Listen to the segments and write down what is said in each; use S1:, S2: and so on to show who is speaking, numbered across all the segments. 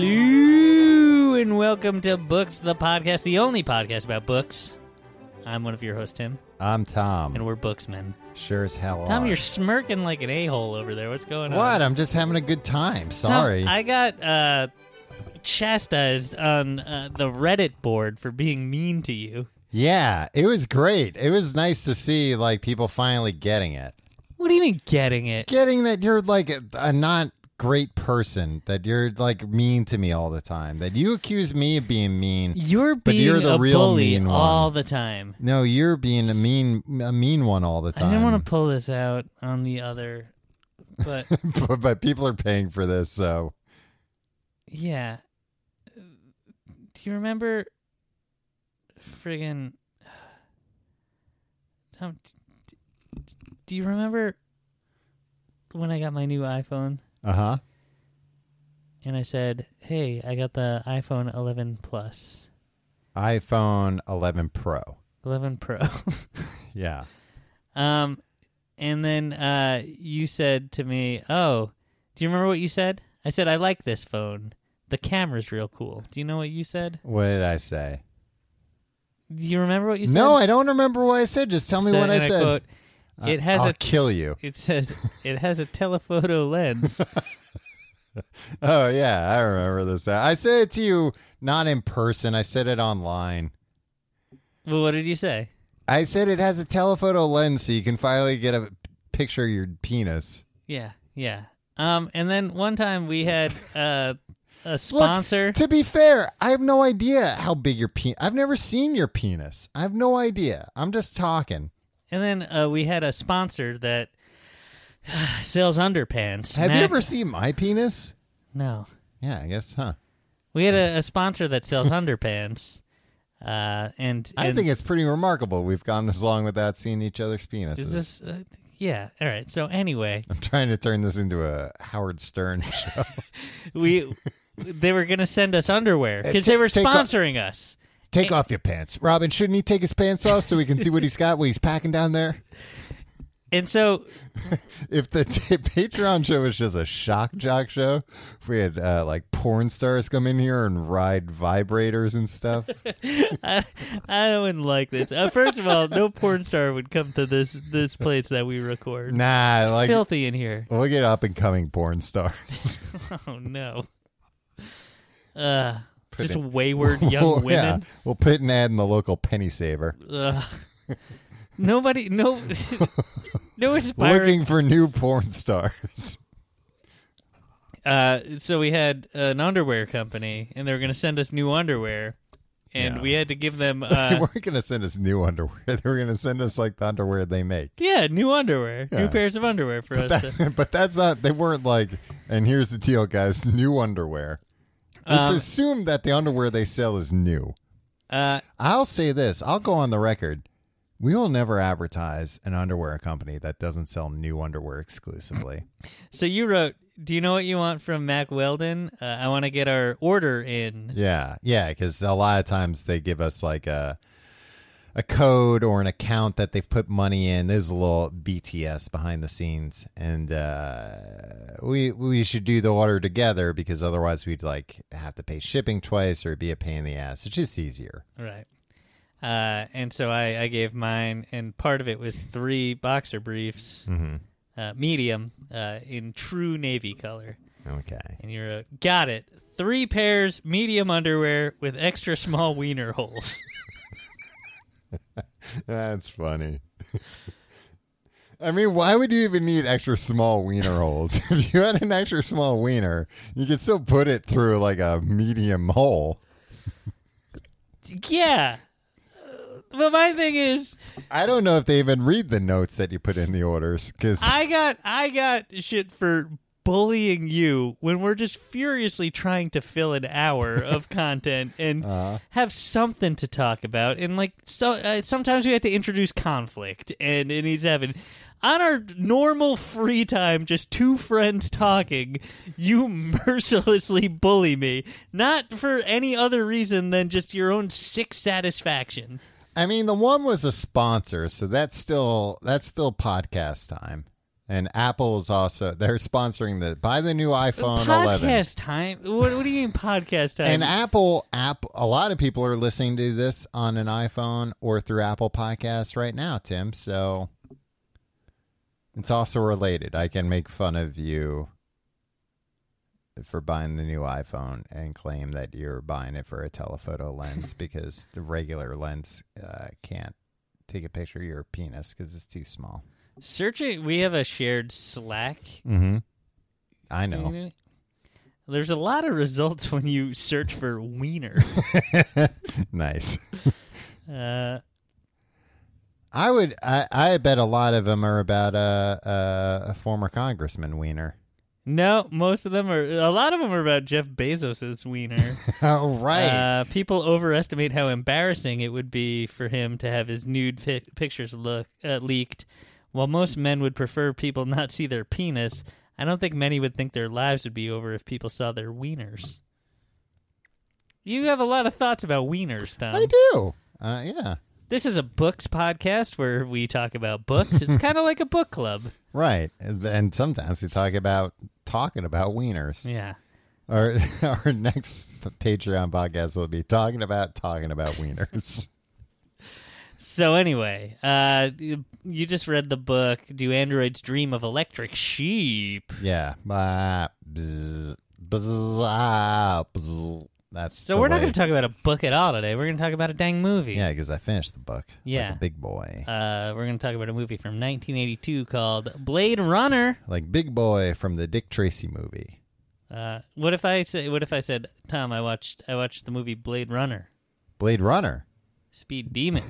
S1: Hello and welcome to Books, the podcast, the only podcast about books. I'm one of your hosts, Tim,
S2: I'm Tom.
S1: and we're booksmen.
S2: sure as hell.
S1: Tom,
S2: are.
S1: you're smirking like an a-hole over there. What's going on?
S2: What? I'm just having a good time.
S1: Tom,
S2: Sorry.
S1: I got uh, chastised on uh, the Reddit board for being mean to you.
S2: yeah, it was great. It was nice to see like people finally getting it,
S1: What do you mean getting it?
S2: getting that you're like a, a not great person, that you're like mean to me all the time, that you accuse me of being mean.
S1: You're
S2: But
S1: being
S2: you're the
S1: a
S2: real
S1: bully
S2: mean one.
S1: all the time.
S2: No, you're being a mean, a mean one all the
S1: I
S2: time.
S1: didn't want to pull this out on the other, but
S2: but, but people are paying for this, so
S1: Yeah. Do you remember friggin' Tom, d- d- do you remember when I got my new iPhone
S2: uh huh.
S1: and I said, "Hey, I got the iPhone 11 Plus,
S2: iPhone 11 Pro.
S1: 11 Pro."
S2: Yeah.
S1: um and then uh you said to me, "Oh, do you remember what you said?" I said, "I like this phone. The camera's real cool." Do you know what you said?
S2: What did I say?
S1: Do you remember what you said?
S2: No, I don't remember what I said. Just tell me
S1: So-
S2: what
S1: and
S2: I said. Uh,
S1: quote, it has
S2: I'll
S1: a
S2: kill you.
S1: it says it has a telephoto lens.
S2: Oh yeah, I remember this. I said it to you not in person. I said it online.
S1: well, what did you say?
S2: I said it has a telephoto lens, so you can finally get a p- picture of your penis.
S1: Yeah, yeah. Um, and then one time we had uh, a sponsor.
S2: To be fair, I have no idea how big your penis. I've never seen your penis. I have no idea. I'm just talking.
S1: and then uh, we had a sponsor that sells underpants.
S2: Have you
S1: Mac-
S2: ever seen my penis?
S1: No,
S2: Yeah, I guess, huh?
S1: we had a, a sponsor that sells underpants. Uh, and,
S2: I
S1: and
S2: think it's pretty remarkable. We've gone this long without seeing each other's penises.
S1: is this. Uh, yeah. All right. So anyway,
S2: I'm trying to turn this into a Howard Stern show.
S1: we they were gonna send us underwear because
S2: ta-
S1: they were
S2: Uh, take off-
S1: sponsoring us.
S2: Take off your pants. Robin, shouldn't he take his pants off so we can see what he's got, what he's packing down there?
S1: And so
S2: If the t- Patreon show was just a shock jock show, if we had uh, like porn stars come in here and ride vibrators and stuff,
S1: I, I wouldn't like this. Uh, first of all, no porn star would come to this this place that we record.
S2: nah,
S1: it's
S2: like
S1: filthy in here.
S2: we'll get up and coming porn stars.
S1: Oh no. Uh,
S2: Put
S1: just
S2: it-
S1: wayward young
S2: Well, yeah,
S1: women.
S2: we'll put an ad in the local penny saver,
S1: Ugh. Nobody, no, no inspiring.
S2: looking for new porn stars.
S1: Uh, so we had an underwear company, and they were going to send us new underwear, and
S2: Yeah.
S1: we had to give them,
S2: they
S1: uh,
S2: weren't going to send us new underwear. They were going to send us like the underwear they make.
S1: yeah, new underwear,
S2: Yeah.
S1: new pairs of underwear for us. to,
S2: That- but that's not. They weren't like. And here's the deal, guys. New underwear. It's
S1: Um,
S2: assumed that the underwear they sell is new.
S1: uh,
S2: I'll say this. I'll go on the record. We will never advertise an underwear company that doesn't sell new underwear exclusively.
S1: So you wrote, "Do you know what you want from Mac Weldon? Uh, I want to get our order in."
S2: yeah, yeah, because a lot of times they give us like a a code or an account that they've put money in. There's a little BTS behind the scenes, and uh, we we should do the order together because otherwise we'd like have to pay shipping twice or it'd be a pain in the ass. It's just easier.
S1: Right. Uh, and so I, I gave mine, and part of it was three boxer briefs, uh, medium, uh, in true navy color.
S2: Okay.
S1: And you wrote, "Got it. Three pairs medium underwear with extra small wiener holes."
S2: That's funny. I mean, why would you even need extra small wiener holes? if you had an extra small wiener, you could still put it through like a medium hole.
S1: yeah. Uh, But my thing is,
S2: I don't know if they even read the notes that you put in the orders because
S1: I got I got shit for bullying you when we're just furiously trying to fill an hour of content and have something to talk about and like so uh, sometimes we have to introduce conflict and and he's having on our normal free time just two friends talking you mercilessly bully me not for any other reason than just your own sick satisfaction
S2: I mean the one was a sponsor, so that's still that's still podcast time. And Apple is also they're sponsoring the buy the new iPhone 11.
S1: podcast time. What, what do you mean podcast time?
S2: And Apple app a lot of people are listening to this on an iPhone or through Apple Podcasts right now, Tim. So it's also related. I can make fun of you for buying the new iPhone and claim that you're buying it for a telephoto lens because the regular lens uh, can't take a picture of your penis because it's too small.
S1: Searching. We have a shared Slack.
S2: Mm-hmm. I know.
S1: There's a lot of results when you search for wiener.
S2: nice.
S1: Uh,
S2: I would. I, I bet a lot of them are about uh, uh, a former congressman Wiener.
S1: no, most of them are. A lot of them are about Jeff Bezos's wiener.
S2: oh right.
S1: Uh, people overestimate how embarrassing it would be for him to have his nude pic- pictures look uh, leaked. While most men would prefer people not see their penis, I don't think many would think their lives would be over if people saw their wieners. You have a lot of thoughts about wieners, Tom.
S2: I do. Uh, yeah.
S1: This is a books podcast where we talk about books. It's kind of like a book club.
S2: Right. And, and sometimes we talk about talking about wieners.
S1: Yeah.
S2: Our our next Patreon podcast will be talking about talking about wieners.
S1: So anyway, uh, you you just read the book. Do androids dream of electric sheep?
S2: yeah. Bah, bzz, bzz, ah, bzz. That's
S1: So
S2: the
S1: we're not
S2: way-
S1: going to talk about a book at all today. We're going to talk about a dang movie.
S2: Oh, Yeah, because I finished the book. like
S1: Yeah.
S2: a big boy.
S1: Uh, we're going to talk about a movie from 1982 called Blade Runner.
S2: like big boy from the Dick Tracy movie.
S1: Uh, what if I say? What if I said, Tom? I watched. I watched the movie Blade Runner.
S2: Blade Runner.
S1: Speed Demon.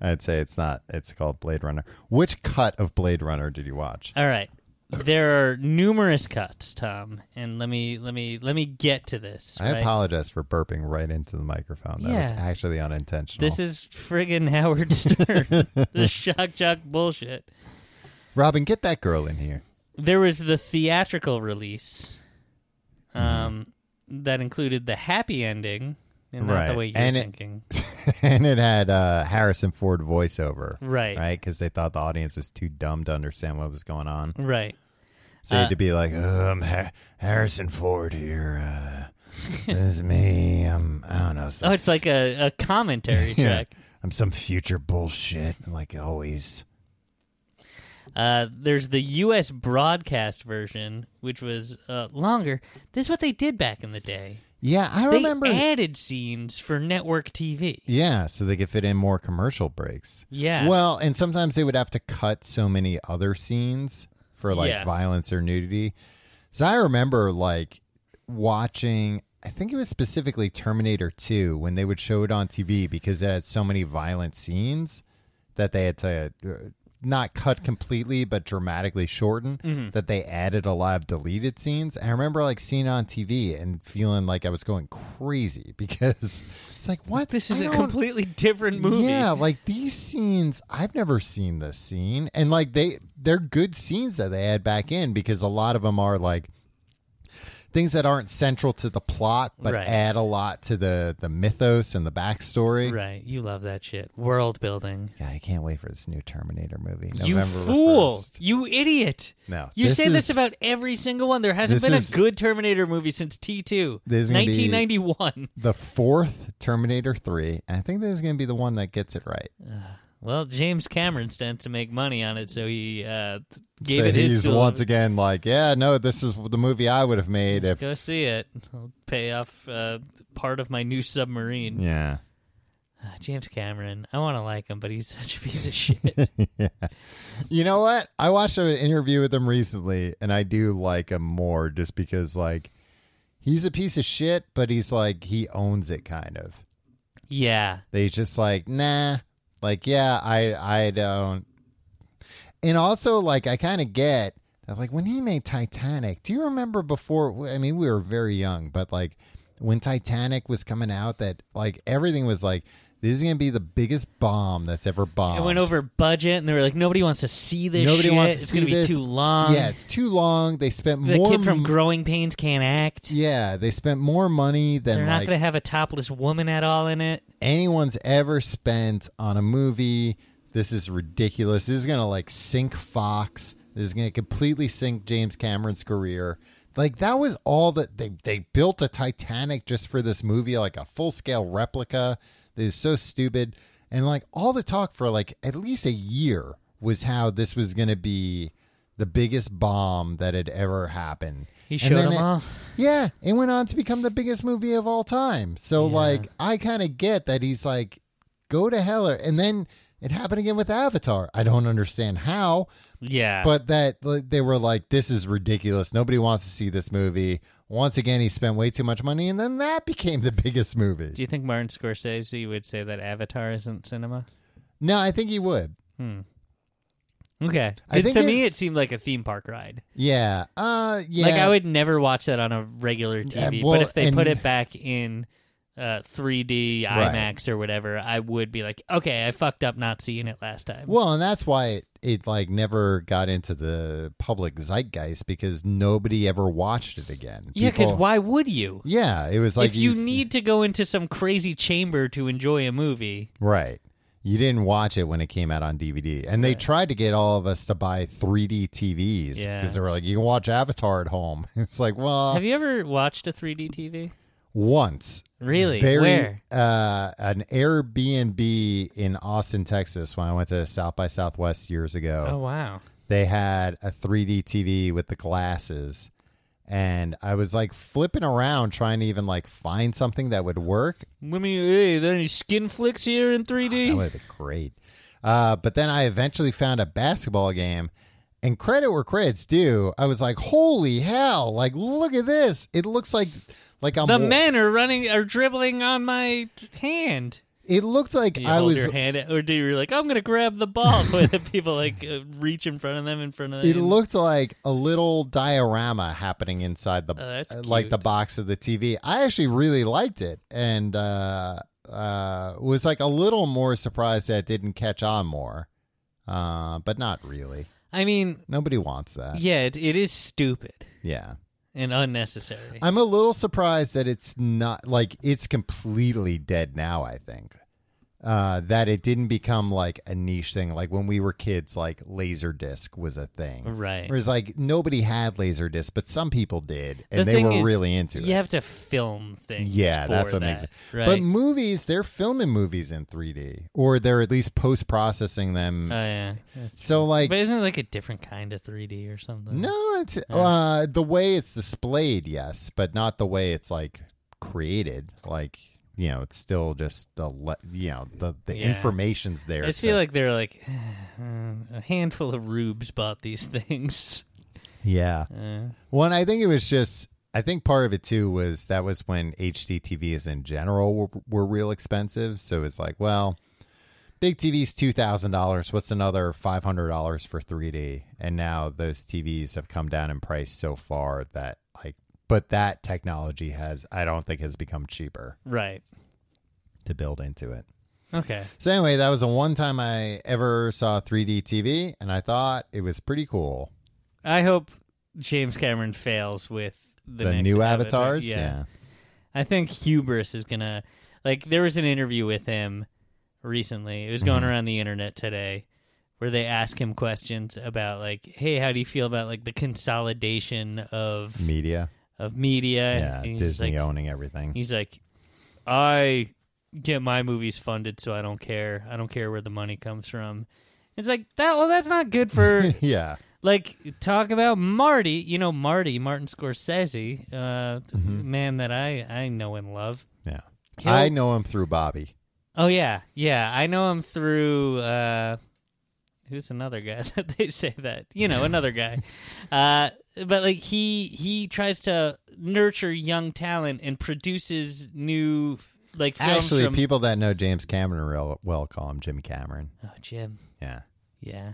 S2: I'd say it's not. It's called Blade Runner. Which cut of Blade Runner did you watch?
S1: All right. There are numerous cuts, Tom, and let me let me let me get to this.
S2: I
S1: right?
S2: apologize for burping right into the microphone. That was
S1: Yeah.
S2: actually unintentional.
S1: This is friggin' Howard Stern. the shock jock bullshit.
S2: Robin, get that girl in here.
S1: There was the theatrical release, um, that included the happy ending, and not
S2: Mm-hmm. Right.
S1: the way you're
S2: And it-
S1: thinking.
S2: and it had uh, Harrison Ford voiceover,
S1: right, right,
S2: right? Because they thought the audience was too dumb to understand what was going on. So you
S1: Uh,
S2: had to be like, um, ha- Harrison Ford here. Uh, this is me. I'm, I don't know. Some
S1: Oh, it's like a, a commentary
S2: Yeah.
S1: track.
S2: I'm some future bullshit, like always.
S1: Uh, there's the U.S. broadcast version, which was uh, longer. This is what they did back in the day.
S2: Yeah, I
S1: They
S2: remember.
S1: added scenes for network TV.
S2: Yeah, so they could fit in more commercial breaks.
S1: Yeah.
S2: Well, and sometimes they would have to cut so many other scenes for like
S1: Yeah.
S2: violence or nudity. So I remember like watching, I think it was specifically Terminator 2 when they would show it on TV because it had so many violent scenes that they had to uh, not cut completely but dramatically shorten
S1: Mm-hmm.
S2: that they added a lot of deleted scenes. I remember like seeing it on TV and feeling like I was going crazy because it's like what
S1: This is
S2: I
S1: a
S2: don't-
S1: completely different movie.
S2: yeah, like these scenes, I've never seen this scene, and like they they're good scenes that they add back in because a lot of them are like things that aren't central to the plot, but
S1: Right.
S2: add a lot to the the mythos and the backstory.
S1: Right. You love that shit. World building.
S2: Yeah, I can't wait for this new Terminator movie.
S1: you
S2: November
S1: fool.
S2: 1st.
S1: You idiot.
S2: No,
S1: You
S2: this
S1: say this
S2: is-
S1: about every single one. There hasn't
S2: this
S1: been
S2: is-
S1: a good Terminator movie since T2,
S2: This is gonna be-
S1: 1991.
S2: The fourth Terminator three, and I think this is going to be the one that gets it right.
S1: Well, James Cameron stands to make money on it, so he uh, th- gave
S2: so
S1: it his.
S2: he's
S1: seal of-
S2: once again like, yeah, no, this is the movie I would have made if.
S1: Go see it. I'll pay off uh, part of my new submarine.
S2: Yeah.
S1: Ah, James Cameron. I want to like him, but he's such a piece of shit.
S2: You know what? I watched an interview with him recently, and I do like him more just because, like, he's a piece of shit, but he's like, he owns it kind of.
S1: yeah.
S2: They just like, nah, like, yeah, I, I don't. And also, like, I kind of get that, like, when he made Titanic, do you remember before? I mean, we were very young, but like, when Titanic was coming out, that like everything was like, this is gonna be the biggest bomb that's ever bombed.
S1: It went over budget, and they were like, nobody wants to see this
S2: Nobody
S1: shit.
S2: wants to
S1: it's
S2: see
S1: gonna be
S2: this.
S1: too long.
S2: yeah, it's too long. They spent
S1: the
S2: more
S1: kid from
S2: m-
S1: Growing Pains can't act.
S2: Yeah, they spent more money than
S1: They're not
S2: like
S1: going to have a topless woman at all in it.
S2: anyone's ever spent on a movie. This is ridiculous. This is gonna like sink Fox. This is going to completely sink James Cameron's career. Like that was all that they they built a Titanic just for this movie, like a full scale replica. That is so stupid. And like all the talk for like at least a year was how this was going to be the biggest bomb that had ever happened.
S1: He
S2: And
S1: showed
S2: then
S1: them
S2: it-
S1: all.
S2: yeah, it went on to become the biggest movie of all time. So
S1: Yeah.
S2: like I kind of get that he's like go to hell or- and then it happened again with Avatar. I don't understand how,
S1: Yeah.
S2: but that like, they were like this is ridiculous. Nobody wants to see this movie. Once again he spent way too much money and then that became the biggest movie.
S1: do you think Martin Scorsese would say that Avatar isn't cinema?
S2: no, I think he would.
S1: Okay.
S2: I
S1: It's-
S2: think
S1: to
S2: it's-
S1: me, it seemed like a theme park ride.
S2: Yeah. Uh yeah.
S1: Like I would never watch that on a regular
S2: Yeah,
S1: TV.
S2: well,
S1: but if they
S2: and-
S1: put it back in uh, 3D
S2: Right.
S1: IMAX or whatever, I would be like, okay, I fucked up not seeing it last time.
S2: Well, and that's why it, it like never got into the public zeitgeist because nobody ever watched it again.
S1: yeah, because
S2: People-
S1: why would you?
S2: Yeah, it was like
S1: if you
S2: s-
S1: need to go into some crazy chamber to enjoy a movie,
S2: right. You didn't watch it when it came out on DVD, and they tried to get all of us to buy 3D TVs because
S1: Yeah.
S2: they were like, "You can watch Avatar at home." It's like, well,
S1: have you ever watched a 3D TV?
S2: once
S1: Really?
S2: very
S1: Where?
S2: uh, an Airbnb in Austin, Texas, when I went to South by Southwest years ago.
S1: Oh wow.
S2: they had a 3D TV with the glasses. And I was like flipping around trying to even like find something that would work.
S1: Let me. Hey, there any skin flicks here in 3D?
S2: That would have been great. Uh, but then I eventually found a basketball game. And credit where credit's due, I was like, "Holy hell! Like, look at this! It looks like, like I'm
S1: the men are running, are dribbling on my t- hand.
S2: It looked like
S1: You
S2: I
S1: hold
S2: was
S1: your hand, out- or do you like? I'm gonna grab the ball, but the people like uh, reach in front of them, in front of them.
S2: It looked like a little diorama happening inside the
S1: Oh, that's
S2: uh, like
S1: cute.
S2: the box of the TV. I actually really liked it and uh uh was like a little more surprised that it didn't catch on more. Uh but not really.
S1: I mean,
S2: Nobody wants that.
S1: yeah, it, it is stupid
S2: Yeah.
S1: and unnecessary.
S2: I'm a little surprised that it's not like it's completely dead now, I think. Uh, that it didn't become like a niche thing. Like when we were kids, like Laserdisc was a thing.
S1: right.
S2: Whereas like nobody had Laserdisc, but some people did,
S1: The
S2: and they
S1: thing
S2: were
S1: is,
S2: really into
S1: You
S2: it.
S1: have to film things.
S2: Yeah, that's
S1: for
S2: what makes
S1: that,
S2: it.
S1: Right.
S2: But movies, they're filming movies in 3D, or they're at least post processing them.
S1: oh yeah. That's-
S2: so like,
S1: but isn't it like a different kind of 3D or something?
S2: no, it's uh, the way it's displayed, yes, but not the way it's like created. Like you know, it's still just the le- you know the the
S1: Yeah.
S2: information's there.
S1: I just
S2: to-
S1: feel like they're like "Hmm, a handful of rubes bought these things.
S2: yeah.
S1: Uh,
S2: One, I think it was just. I think part of it too was that was when HDTVs in general were, were real expensive. So it's like, well, big TVs two thousand dollars. What's another five hundred dollars for three D? And now those TVs have come down in price so far that like, but that technology has, I don't think, has become cheaper
S1: right.
S2: to build into it.
S1: Okay.
S2: So anyway, that was the one time I ever saw three D TV, and I thought it was pretty cool.
S1: I hope James Cameron fails with the,
S2: The,
S1: next
S2: new
S1: Avatar.
S2: avatars, yeah.
S1: I think hubris is gonna like there was an interview with him recently. It was
S2: Mm-hmm.
S1: going around the internet today where they ask him questions about like, hey, how do you feel about like the consolidation of
S2: media,
S1: of media?
S2: yeah,
S1: And he's just
S2: Disney
S1: like,
S2: owning everything.
S1: He's like, I get my movies funded, so I don't care. I don't care where the money comes from. It's like that. Well, that's not good for
S2: yeah.
S1: like talk about Marty. You know, Marty Martin Scorsese, uh, th- man that I I know and love.
S2: Yeah.
S1: He'll-
S2: I know him through Bobby.
S1: Oh yeah, yeah. I know him through. Uh, Who's another guy that they say that? You know, another guy. Uh, but like he he tries to nurture young talent and produces new like films
S2: Actually,
S1: from
S2: people that know James Cameron real well call him Jim Cameron.
S1: Oh, Jim.
S2: Yeah.
S1: Yeah.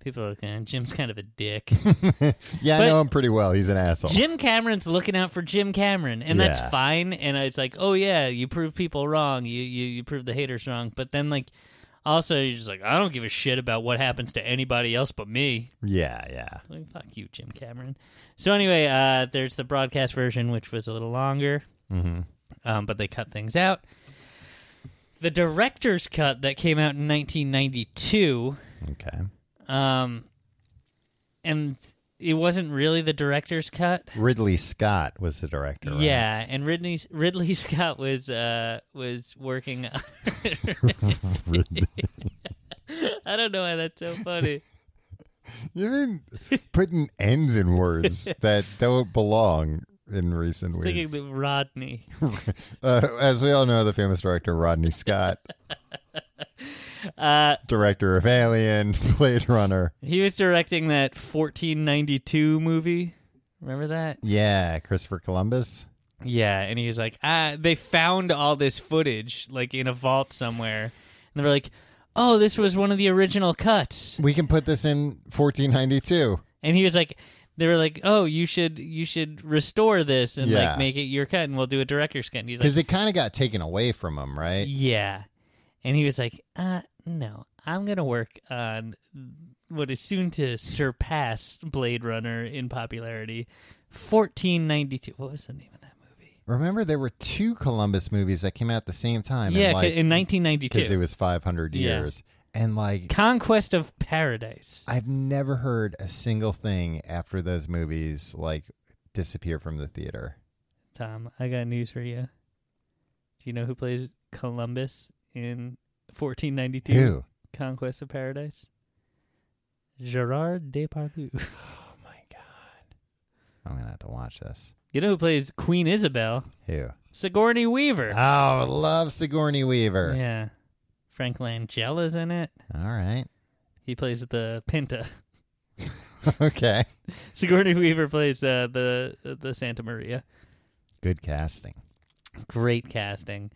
S1: People are looking at Jim's kind of a dick.
S2: Yeah, I
S1: But-
S2: know him pretty well. He's an asshole.
S1: Jim Cameron's looking out for Jim Cameron, and that's
S2: Yeah.
S1: fine. And it's like, oh yeah, you prove people wrong. You, you you prove the haters wrong. But then like also you're just like, I don't give a shit about what happens to anybody else but me.
S2: yeah, yeah.
S1: Like, fuck you, Jim Cameron. So anyway, uh, there's the broadcast version, which was a little longer, mm-hmm. um, but they cut things out. The director's cut that came out in 1992
S2: Okay.
S1: Um, and it wasn't really the director's cut.
S2: Ridley Scott was the director. right?
S1: Yeah, and Ridley Ridley Scott was uh was working. on-
S2: Ridley-
S1: I don't know why that's so funny.
S2: You've been putting ends in words that don't belong in recent
S1: Thinking
S2: weeks.
S1: that Rodney.
S2: Uh, as we all know, the famous director Rodney Scott,
S1: Uh,
S2: director of Alien, Blade Runner.
S1: he was directing that 1492 movie. Remember that?
S2: Yeah, Christopher Columbus.
S1: Yeah, and he was like, ah, they found all this footage like in a vault somewhere, and they were like, oh, this was one of the original cuts,
S2: We can put this in 1492.
S1: and he was like. They were like, "Oh, you should you should restore this and
S2: Yeah.
S1: like make it your cut, and we'll do a director's cut." And he's like,
S2: Because it kind of got taken away from him, right?
S1: Yeah. And he was like, uh, no, I'm going to work on what is soon to surpass Blade Runner in popularity 1492. What was the name of that movie?
S2: Remember, there were two Columbus movies that came out at the same time.
S1: yeah,
S2: and
S1: c-
S2: like,
S1: in
S2: because
S1: 1992.
S2: it was 500
S1: Yeah.
S2: years. And like,
S1: Conquest of Paradise.
S2: I've never heard a single thing after those movies like disappear from the theater.
S1: Tom, I got news for you. Do you know who plays Columbus in 1492?
S2: Who?
S1: Conquest of Paradise? Gerard Depardieu.
S2: Oh my god! I'm gonna have to watch this.
S1: You know who plays Queen Isabel?
S2: Who?
S1: Sigourney Weaver.
S2: Oh, I love Sigourney Weaver.
S1: Yeah. Frank Langella's in it.
S2: All right.
S1: He plays the Pinta.
S2: okay.
S1: Sigourney Weaver plays uh, the the Santa Maria.
S2: Good casting.
S1: Great casting.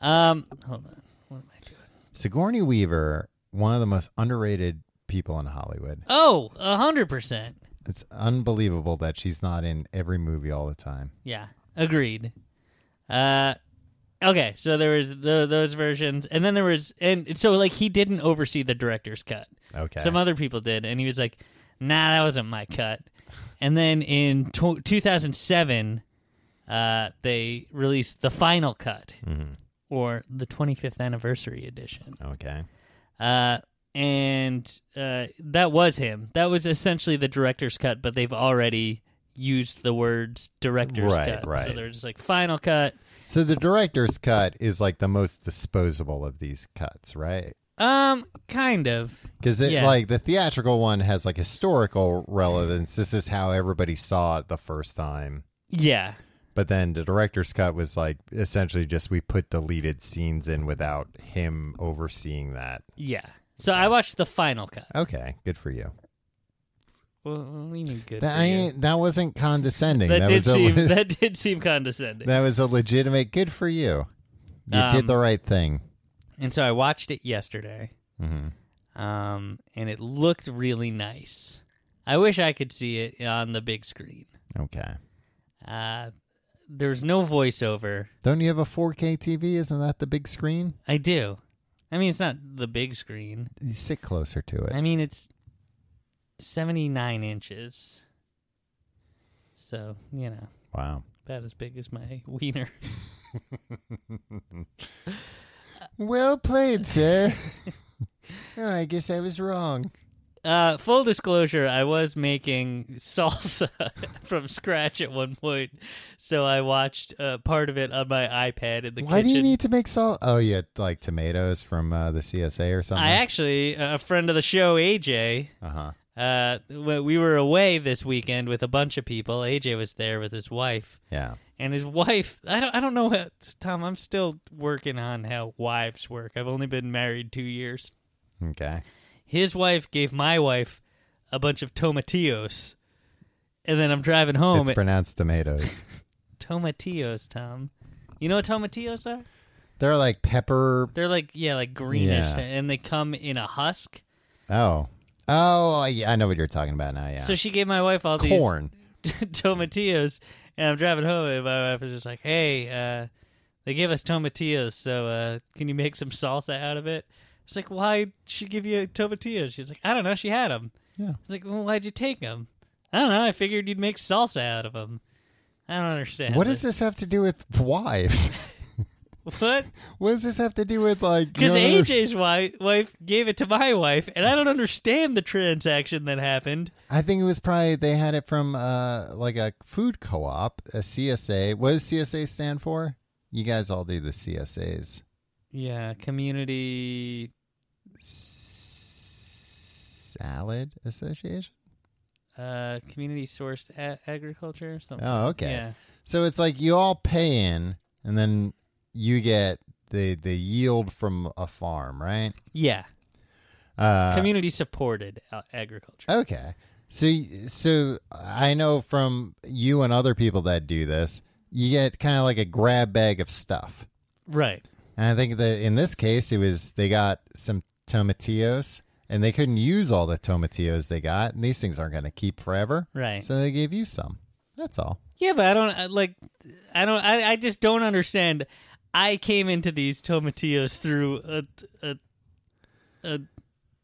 S1: Um, hold on. What am I doing?
S2: Sigourney Weaver, one of the most underrated people in Hollywood.
S1: Oh, a hundred percent.
S2: It's unbelievable that she's not in every movie all the time.
S1: Yeah, agreed. Uh, okay. So there was the, those versions, and then there was, and so like he didn't oversee the director's cut.
S2: Okay.
S1: Some other people did, and he was like, "Nah, that wasn't my cut." And then in tw 2007, uh, they released the final cut,
S2: Mm-hmm.
S1: or the 25th anniversary edition,
S2: okay.
S1: uh, and uh, that was him. That was essentially the director's cut, but they've already used the words "director's
S2: Right,
S1: cut," so
S2: right.
S1: they're just like "final cut."
S2: So the director's cut is like the most disposable of these cuts, right?
S1: Um, kind of.
S2: Because it
S1: Yeah.
S2: like the theatrical one has like historical relevance. This is how everybody saw it the first time.
S1: Yeah.
S2: But then the director's cut was like essentially just we put deleted scenes in without him overseeing that.
S1: Yeah. So I watched the final cut.
S2: Okay, good for you.
S1: Well, what do you mean good?
S2: That
S1: for
S2: I
S1: you?
S2: ain't, that wasn't condescending.
S1: that,
S2: That,
S1: did
S2: was a,
S1: seem that did seem condescending.
S2: that was a legitimate good for you. You
S1: Um,
S2: did the right thing.
S1: and so I watched it yesterday,
S2: hmm
S1: um, and it looked really nice. I wish I could see it on the big screen.
S2: Okay.
S1: Uh, there's no voiceover.
S2: Don't you have a 4K TV? Isn't that the big screen?
S1: I do. I mean, it's not the big screen.
S2: You sit closer to it.
S1: I mean, it's 79 inches. So you know,
S2: Wow.
S1: about as big as my wiener.
S2: Well played, sir. oh, I guess I was wrong.
S1: Uh, full disclosure, I was making salsa from scratch at one point, so I watched uh, part of it on my iPad in the
S2: Why do
S1: kitchen.
S2: you need to make salt? Oh, you had like tomatoes from uh, the CSA or something.
S1: I actually, uh, a friend of the show, AJ,
S2: uh huh.
S1: uh, when we were away this weekend with a bunch of people. AJ was there with his wife,
S2: Yeah.
S1: and his wife. I don't, I don't know, how, Tom. I'm still working on how wives work. I've only been married two years.
S2: Okay.
S1: His wife gave my wife a bunch of tomatillos, and then I'm driving home.
S2: it's pronounced tomatoes.
S1: tomatillos, Tom. You know what tomatillos are?
S2: They're like pepper.
S1: They're like yeah, like greenish,
S2: Yeah.
S1: and they come in a husk.
S2: Oh. Oh, yeah, I know what you're talking about now. Yeah.
S1: So she gave my wife all
S2: Corn.
S1: these tomatillos, and I'm driving home, and my wife was just like, "Hey, uh, they gave us tomatillos, so uh, can you make some salsa out of it?" It's like, "Why'd she give you tomatillos?" She's like, "I don't know. She had them."
S2: Yeah.
S1: It's like, "Well, why'd you take them?" I don't know. I figured you'd make salsa out of them. I don't understand.
S2: What does this have to do with wives?
S1: What?
S2: What does this have to do with like?
S1: Because
S2: you know,
S1: AJ's wife, wife gave it to my wife, and I don't understand the transaction that happened.
S2: I think it was probably they had it from uh like a food co-op, a CSA. What does CSA stand for? You guys all do the CSAs.
S1: Yeah, community.
S2: S- Salad Association.
S1: Uh, community sourced a- agriculture. or Something.
S2: Oh, okay.
S1: Yeah.
S2: So it's like you all pay in, and then you get the the yield from a farm, right?
S1: Yeah.
S2: Uh,
S1: community supported uh, agriculture.
S2: Okay. So y- so I know from you and other people that do this, you get kind of like a grab bag of stuff.
S1: right.
S2: And I think that in this case it was they got some tomatillos and they couldn't use all the tomatillos they got, and these things aren't going to keep forever.
S1: Right.
S2: So they gave you some. That's all.
S1: Yeah, but I don't I- like. I don't. I, I just don't understand. I came into these tomatillos through a a, a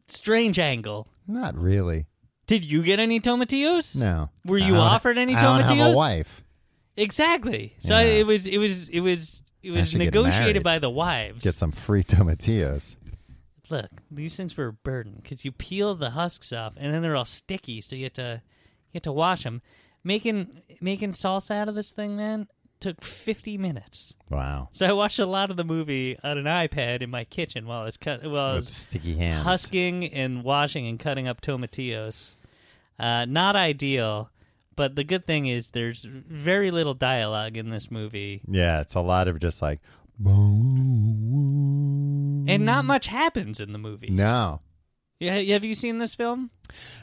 S1: strange angle.
S2: Not really.
S1: Did you get any tomatillos?
S2: No.
S1: Were
S2: I
S1: you
S2: don't-
S1: offered any
S2: I don't have
S1: tomatillos?
S2: a wife.
S1: Exactly. So
S2: Yeah.
S1: I, it was. It was. It was. It was
S2: should get
S1: negotiated
S2: married.
S1: by the wives.
S2: Get some free tomatillos.
S1: Look, these things were a burden because you peel the husks off, and then they're all sticky, so you have to you have to wash them. Making making salsa out of this thing, man, took fifty minutes.
S2: Wow.
S1: So I watched a lot of the movie on an iPad in my kitchen while I was cut while I
S2: With
S1: was
S2: sticky hands.
S1: husking and washing and cutting up tomatillos. Uh, not ideal, but the good thing is there's very little dialogue in this movie,
S2: Yeah, it's a lot of just like
S1: and not much happens in the movie.
S2: Hmm. No.
S1: Yeah, have you seen this film?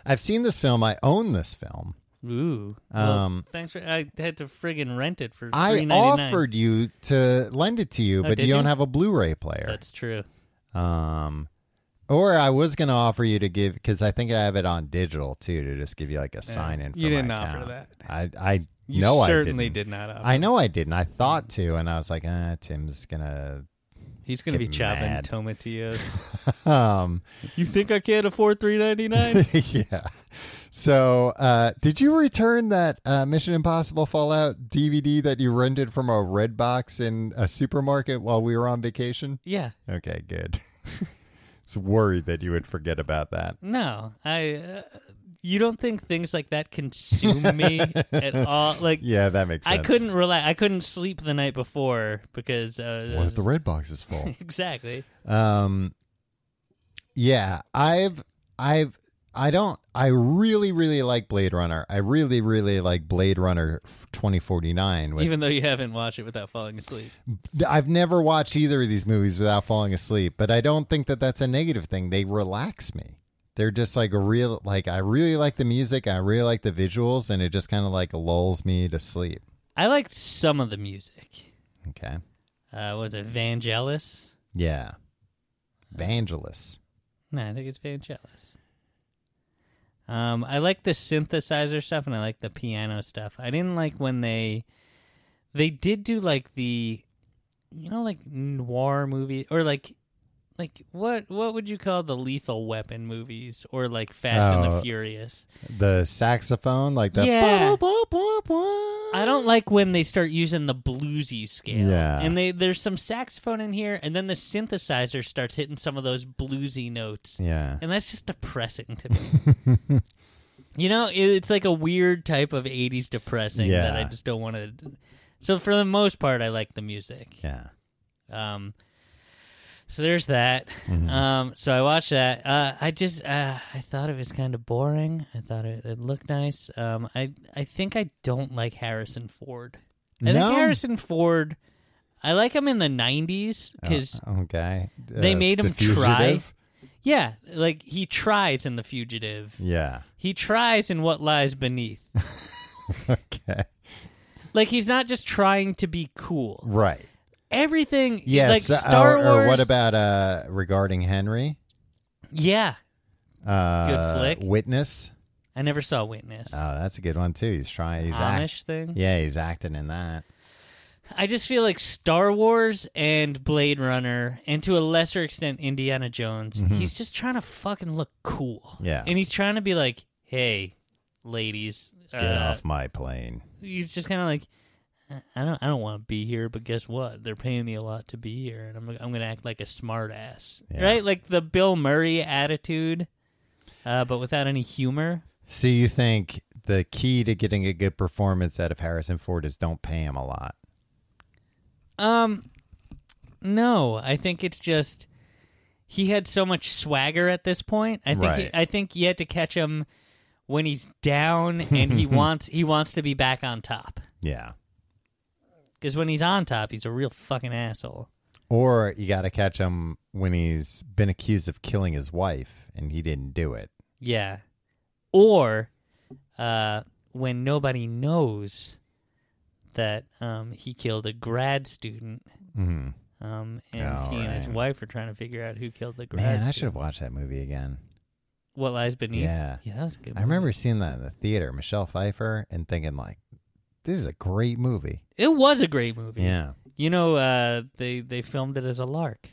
S2: I've seen this film. I own this film.
S1: Ooh.
S2: Um,
S1: thanks for. I had to friggin' rent it for.
S2: I
S1: $3.99.
S2: offered you to lend it to you, but
S1: Oh, did
S2: you don't
S1: you?
S2: have a Blu-ray player.
S1: That's true.
S2: Um or I was going to offer you to give cuz I think I have it on digital too to just give you like a sign in for
S1: you
S2: my
S1: didn't offer
S2: account.
S1: that.
S2: I I
S1: You
S2: know
S1: certainly
S2: I didn't.
S1: did not. Offer.
S2: I know I didn't. I thought to and I was like, "Ah, Tim's going to
S1: He's gonna be
S2: get
S1: chopping
S2: mad.
S1: tomatillos.
S2: um
S1: you think I can't afford three ninety nine?
S2: yeah. So, uh, did you return that uh, Mission Impossible Fallout DVD that you rented from a red box in a supermarket while we were on vacation?
S1: Yeah.
S2: Okay, good. It's worried that you would forget about that.
S1: No. I. Uh, you don't think things like that consume me at all? Like
S2: Yeah, that makes
S1: I
S2: sense.
S1: couldn't relax. I couldn't sleep the night before because. Uh,
S2: What if the red box is full?
S1: exactly.
S2: Um, yeah, I've, I've, I don't, I really, really like Blade Runner. I really, really like Blade Runner 2049 with
S1: Even though you haven't watched it without falling asleep.
S2: I've never watched either of these movies without falling asleep, but I don't think that that's a negative thing. They relax me. They're just like a real like I really like the music, I really like the visuals, and it just kind of like lulls me to sleep.
S1: I liked some of the music.
S2: Okay,
S1: Uh, was it Vangelis?
S2: yeah, Vangelis.
S1: No, I think it's Vangelis. Um, I like the synthesizer stuff and I like the piano stuff. I didn't like when they they did do like the you know like noir movie or like like what what would you call the lethal weapon movies or like Fast and the
S2: Oh.
S1: Furious?
S2: The saxophone, like the
S1: Yeah. I
S2: I
S1: don't like when they start using the bluesy scale.
S2: Yeah.
S1: And they there's some saxophone in here and then the synthesizer starts hitting some of those bluesy notes.
S2: Yeah,
S1: and that's just depressing to me. you know, it, it's like a weird type of '80s depressing that I
S2: Yeah.
S1: just don't want to. So for the most part, I like the music.
S2: yeah.
S1: Um, so there's that.
S2: Mm-hmm.
S1: Um, so I watched that. Uh, I just uh, I thought it was kind of boring. I thought it, it looked nice. Um, I I think I don't like Harrison Ford. I
S2: No?
S1: think Harrison Ford. I like him in the '90s
S2: Oh,
S1: because
S2: Okay, Uh,
S1: They made
S2: The
S1: him try.
S2: Fugitive?
S1: yeah, like he tries in The Fugitive.
S2: Yeah.
S1: He tries in what lies beneath.
S2: Okay.
S1: Like he's not just trying to be cool.
S2: Right.
S1: Everything
S2: Yes.
S1: like
S2: uh,
S1: Star
S2: or,
S1: Wars.
S2: or what about uh regarding Henry?
S1: Yeah.
S2: Uh,
S1: flick.
S2: Witness.
S1: I never saw Witness.
S2: Oh, that's a good one too. He's trying. He's act-
S1: Amish thing.
S2: Yeah, he's acting in that.
S1: I just feel like Star Wars and Blade Runner and to a lesser extent Indiana Jones. He's just trying to fucking look cool.
S2: Mm-hmm. Yeah.
S1: And he's trying to be like, "Hey, ladies,
S2: Get
S1: uh,
S2: off my plane.
S1: he's just kind of like I I don't I don't want to be here, but guess what? They're paying me a lot to be here, and I'm I'm gonna act like a smartass,
S2: Yeah.
S1: right? Like the Bill Murray attitude, uh, but without any humor.
S2: So you think the key to getting a good performance out of Harrison Ford is don't pay him a lot.
S1: Um, no, I think it's just he had so much swagger at this point. I think
S2: Right.
S1: he, I think you had to catch him when he's down and he wants he wants to be back on top.
S2: Yeah.
S1: Because when he's on top, he's a real fucking asshole.
S2: Or you got to catch him when he's been accused of killing his wife and he didn't do it.
S1: Yeah. Or uh, when nobody knows that um, he killed a grad student
S2: hmm
S1: um, and
S2: Oh,
S1: he and his
S2: right.
S1: wife are trying to figure out who killed the grad
S2: Man, I
S1: student.
S2: should have watched that movie again.
S1: What Lies Beneath?
S2: Yeah.
S1: Yeah, that was a good.
S2: I
S1: movie.
S2: remember seeing that in the theater, Michelle Pfeiffer, and thinking like, this is a great movie.
S1: It was a great movie.
S2: Yeah.
S1: You know, uh, they they filmed it as a lark.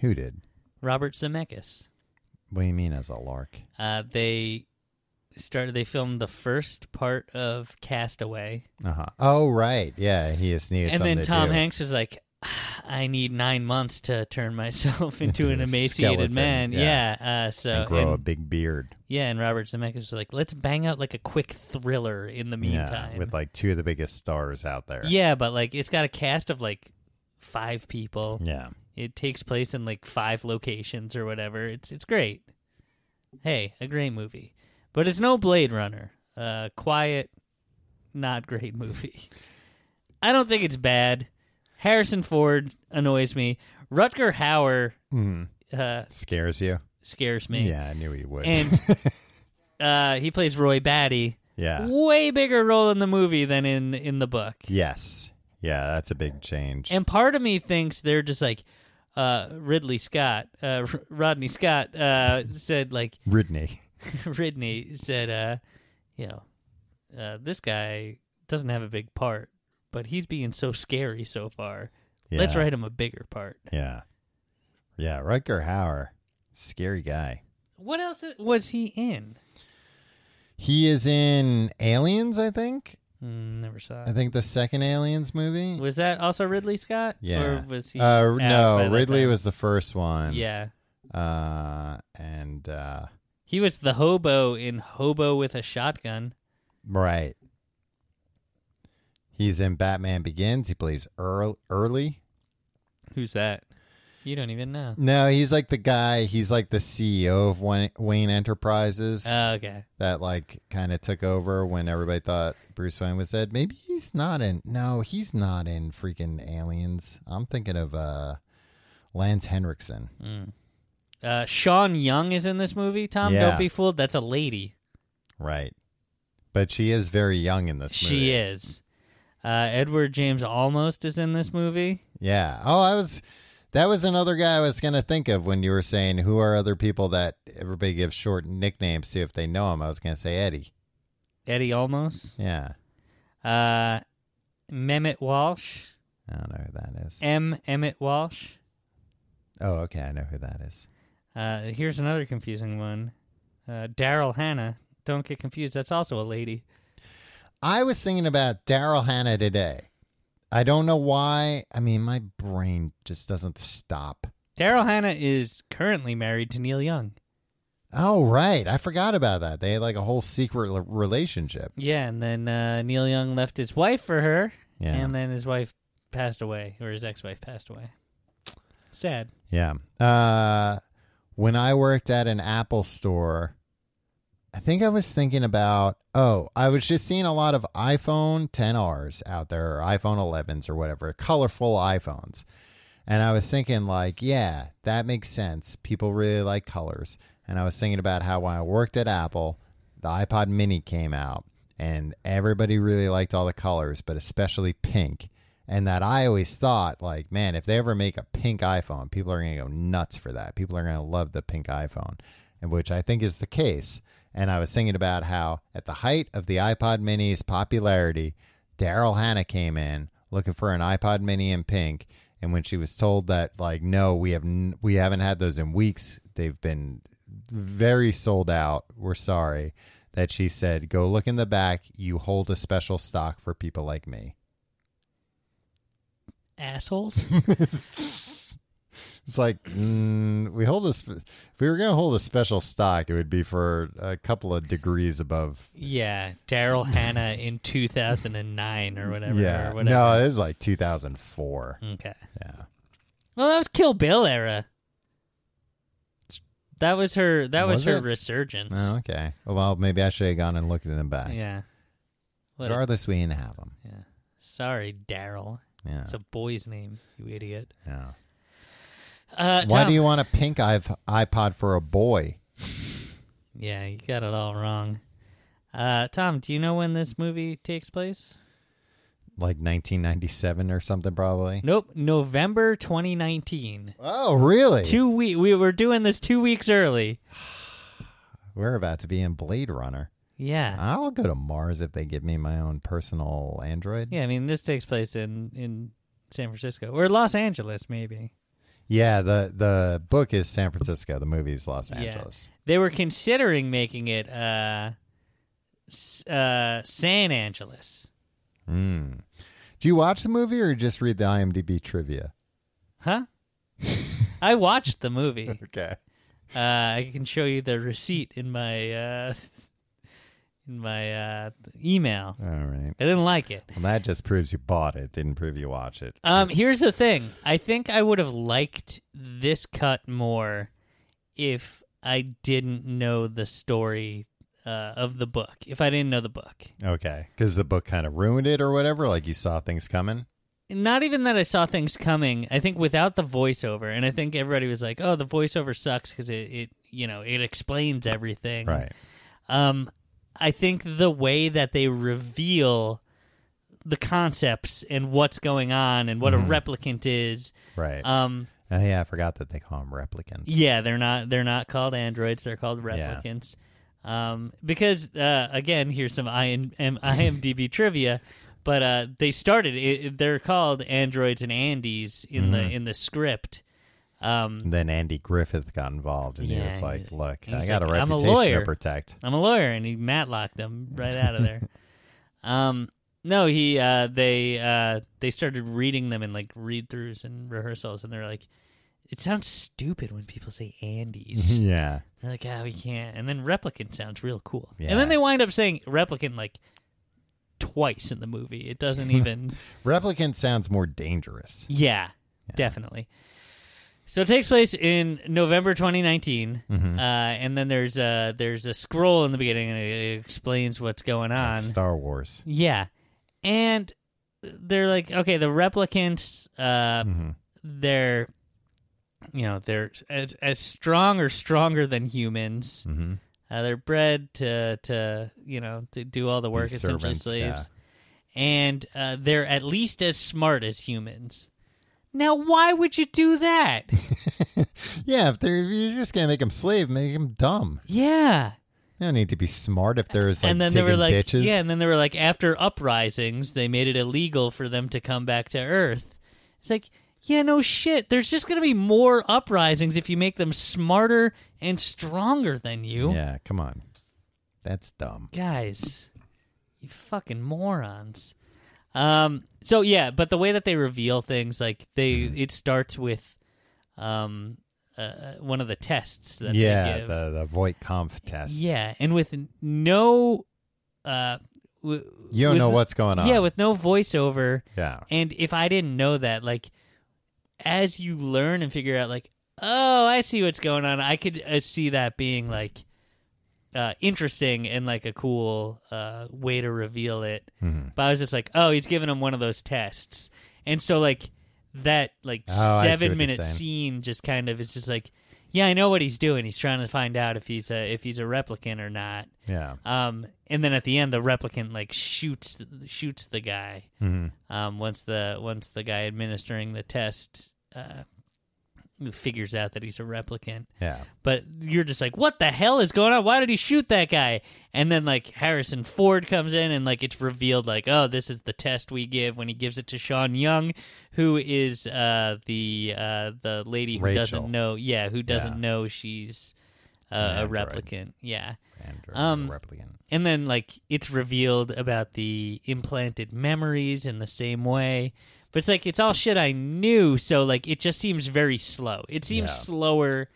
S2: Who did?
S1: Robert Zemeckis.
S2: What do you mean as a lark?
S1: Uh, they started. They filmed the first part of Castaway,
S2: Uh-huh. Oh, right. Yeah, he just needed
S1: and
S2: something
S1: then
S2: to
S1: Tom
S2: do.
S1: Hanks is like, "Ah, "I need nine months to turn myself into
S2: Into
S1: an
S2: a
S1: emaciated
S2: skeleton,
S1: man." Yeah.
S2: yeah.
S1: uh, so
S2: and grow a
S1: and-
S2: big beard.
S1: yeah, and Robert Zemeckis is like, "Let's bang out like a quick thriller in the meantime."
S2: Yeah, with like two of the biggest stars out there.
S1: yeah, but like it's got a cast of like five people.
S2: Yeah.
S1: It takes place in like five locations or whatever. It's it's great. Hey, a great movie, but it's no Blade Runner. Uh, quiet, not great movie. I don't think it's bad. Harrison Ford annoys me. Rutger Hauer
S2: Mm.
S1: uh,
S2: Scares you?
S1: scares me.
S2: Yeah, I knew he would.
S1: And uh, he plays Roy Batty.
S2: yeah.
S1: Way bigger role in the movie than in in the book.
S2: Yes. Yeah, that's a big change.
S1: And part of me thinks they're just like uh, Ridley Scott, uh, R- Rodney Scott uh, said like
S2: Ridney.
S1: Ridney said, uh, you know, uh, this guy doesn't have a big part, but he's being so scary so far. Let's
S2: Yeah.
S1: write him a bigger part.
S2: Yeah. Yeah, Rutger Hauer. Scary guy.
S1: What else i- was he in?
S2: He is in Aliens, I think.
S1: Mm, never saw.
S2: I
S1: It.
S2: think the second Aliens movie.
S1: Was that also Ridley Scott?
S2: yeah.
S1: Or was he?
S2: uh,
S1: out by
S2: no,
S1: that
S2: Ridley
S1: time?
S2: was the first one.
S1: Yeah.
S2: Uh, and uh,
S1: He was the hobo in Hobo with a Shotgun.
S2: right. He's in Batman Begins. He plays Earl Early.
S1: Who's that? You don't even know.
S2: No, he's like the guy. He's like the CEO of Wayne, Wayne Enterprises
S1: Oh, okay.
S2: that like kind of took over when everybody thought Bruce Wayne was dead. Maybe he's not in. No, he's not in freaking Aliens. I'm thinking of uh, Lance Henriksen.
S1: Uh, Sean Young is in this movie. Tom,
S2: Yeah.
S1: don't be fooled. That's a lady.
S2: Right. But she is very young in this movie.
S1: She is. Uh, Edward James almost is in this movie.
S2: Yeah. Oh, I was. That was another guy I was going to think of when you were saying who are other people that everybody gives short nicknames to if they know him. I was going to say Eddie.
S1: Eddie almost.
S2: Yeah.
S1: Uh, Mehmet Walsh.
S2: I don't know who that is.
S1: M. Emmett Walsh.
S2: Oh, okay. I know who that is.
S1: Uh, here's another confusing one. Uh, Daryl Hannah. Don't get confused. That's also a lady.
S2: I was thinking about Daryl Hannah today. I don't know why. I mean, my brain just doesn't stop.
S1: Daryl Hannah is currently married to Neil Young.
S2: Oh, right. I forgot about that. They had like a whole secret l- relationship.
S1: Yeah, and then uh, Neil Young left his wife for her,
S2: Yeah.
S1: and then his wife passed away, or his ex-wife passed away. Sad.
S2: Yeah. Uh, when I worked at an Apple store, I think I was thinking about, oh, I was just seeing a lot of iPhone 10Rs out there, or iPhone 11s or whatever, colorful iPhones. And I was thinking, like, yeah, that makes sense. People really like colors. And I was thinking about how when I worked at Apple, the iPod mini came out and everybody really liked all the colors, but especially pink. And that I always thought, like, man, if they ever make a pink iPhone, people are going to go nuts for that. People are going to love the pink iPhone, and which I think is the case. And I was thinking about how at the height of the iPod mini's popularity, Daryl Hannah came in looking for an iPod Mini in pink, and when she was told that, like, no, we have n- we haven't had those in weeks. They've been very sold out. We're sorry. that she said, "Go look in the back. You hold a special stock for people like me."
S1: Assholes.
S2: It's like mm, we hold a. sp- If we were going to hold a special stock, it would be for a couple of degrees above.
S1: yeah, Daryl Hannah in 2009 or whatever.
S2: Yeah,
S1: Or whatever.
S2: no, it was like 2004.
S1: Okay.
S2: Yeah.
S1: Well, that was Kill Bill era. That was her. That was,
S2: Was
S1: her
S2: it?
S1: resurgence.
S2: Oh, okay. Well, maybe I should have gone and looked in the back.
S1: Yeah. What a-
S2: Regardless, we didn't have them.
S1: sorry, Daryl.
S2: Yeah.
S1: It's a boy's name. You idiot.
S2: yeah.
S1: Uh,
S2: Why
S1: Tom-
S2: do you want a pink iP- iPod for a boy?
S1: Yeah, you got it all wrong. Uh, Tom, do you know when this movie takes place?
S2: Like 1997 or something, probably.
S1: Nope, November 2019.
S2: Oh, really?
S1: Two week. We were doing this two weeks early.
S2: We're about to be in Blade Runner.
S1: Yeah,
S2: I'll go to Mars if they give me my own personal Android.
S1: yeah. I mean, this takes place in in San Francisco or Los Angeles, maybe.
S2: Yeah, the the book is San Francisco. The movie is Los
S1: Yeah.
S2: Angeles.
S1: They were considering making it uh, s- uh, San Angeles.
S2: Mm. Do you watch the movie or just read the IMDb trivia?
S1: Huh? I watched the movie.
S2: Okay.
S1: Uh, I can show you the receipt in my uh, in my uh, email.
S2: All right.
S1: I didn't like it.
S2: Well, that just proves you bought it. Didn't prove you watch it.
S1: Um, here's the thing. I think I would have liked this cut more if I didn't know the story uh, of the book. If I didn't know the book.
S2: Okay, because the book kind of ruined it or whatever. Like you saw things coming.
S1: Not even that I saw things coming. I think without the voiceover, and I think everybody was like, "Oh, the voiceover sucks because it, it, you know, it explains everything."
S2: Right.
S1: Um, I think the way that they reveal the concepts and what's going on and what a replicant is.
S2: Right.
S1: Um,
S2: oh, yeah, I forgot that they call them replicants.
S1: yeah, they're not they're not called androids. They're called
S2: Yeah.
S1: replicants. Um, because uh, again, here's some IM, IMDb trivia. But uh, they started. It, they're called androids and Andes in the in the script. Um,
S2: And then Andy Griffith got involved, and he
S1: Yeah,
S2: was like,
S1: he-
S2: "Look,
S1: he
S2: I
S1: was
S2: got
S1: like,
S2: a
S1: I'm a
S2: reputation
S1: lawyer."
S2: to protect."
S1: I'm a lawyer, and he matlocked them right out of there. um, no, he uh, they uh, they started reading them in like read throughs and rehearsals, and they're like, it sounds stupid when people say Andes.
S2: yeah.
S1: they're like, ah, we can't. And then replicant sounds real cool.
S2: Yeah.
S1: And then they wind up saying replicant like twice in the movie. It doesn't even.
S2: Replicant sounds more dangerous.
S1: yeah, definitely. So it takes place in November 2019, uh, and then there's a there's a scroll in the beginning, and it, it explains what's going on.
S2: Star Wars.
S1: Yeah. And they're like, okay, the replicants, uh, they're, you know, they're as, as strong or stronger than humans.
S2: Mhm.
S1: Uh, they're bred to, to, you know, to do all the work,
S2: Be
S1: essentially
S2: servants,
S1: slaves. And uh, they're at least as smart as humans. Now, why would you do that?
S2: Yeah, if they're if you're just gonna make them slave, make them dumb.
S1: yeah.
S2: They don't need to be smart if there's like
S1: and then they
S2: digging
S1: were like,
S2: ditches.
S1: yeah, and then they were like, after uprisings, they made it illegal for them to come back to Earth. It's like, yeah, no shit. There's just gonna be more uprisings if you make them smarter and stronger than you,
S2: Yeah, come on, that's dumb.
S1: guys. You fucking morons. Um. So yeah, but the way that they reveal things, like they,
S2: Mm-hmm.
S1: it starts with, um, uh, one of the tests that they
S2: yeah,
S1: give.
S2: the the Voight Kampf test.
S1: yeah, and with no, uh. w-
S2: you don't
S1: with-
S2: know what's going on.
S1: yeah, with no voiceover.
S2: yeah,
S1: And if I didn't know that, like, as you learn and figure out, like, oh, I see what's going on, I could uh, see that being, like, uh, interesting and, like, a cool uh, way to reveal it.
S2: Mm-hmm.
S1: But I was just like, oh, he's giving him one of those tests. And so, like, that, like,
S2: Oh, I see what you're
S1: seven minute
S2: saying.
S1: scene just kind of is just like, yeah, I know what he's doing. He's trying to find out if he's a if he's a replicant or not.
S2: yeah.
S1: Um, and then at the end, the replicant like shoots shoots the guy.
S2: Mhm.
S1: Um, once the once the guy administering the test uh, figures out that he's a replicant,
S2: Yeah.
S1: but you're just like, what the hell is going on? Why did he shoot that guy? And then like Harrison Ford comes in and like it's revealed like, oh, this is the test we give when he gives it to Sean Young, who is uh the uh the lady who
S2: Rachel.
S1: doesn't know, yeah, who doesn't
S2: Yeah.
S1: know she's. uh, a
S2: An android.
S1: replicant. Yeah.
S2: Android
S1: Um,
S2: replicant.
S1: And then, like, it's revealed about the implanted memories in the same way. But it's like, it's all shit I knew. So, like, it just seems very slow. It seems
S2: Yeah.
S1: slower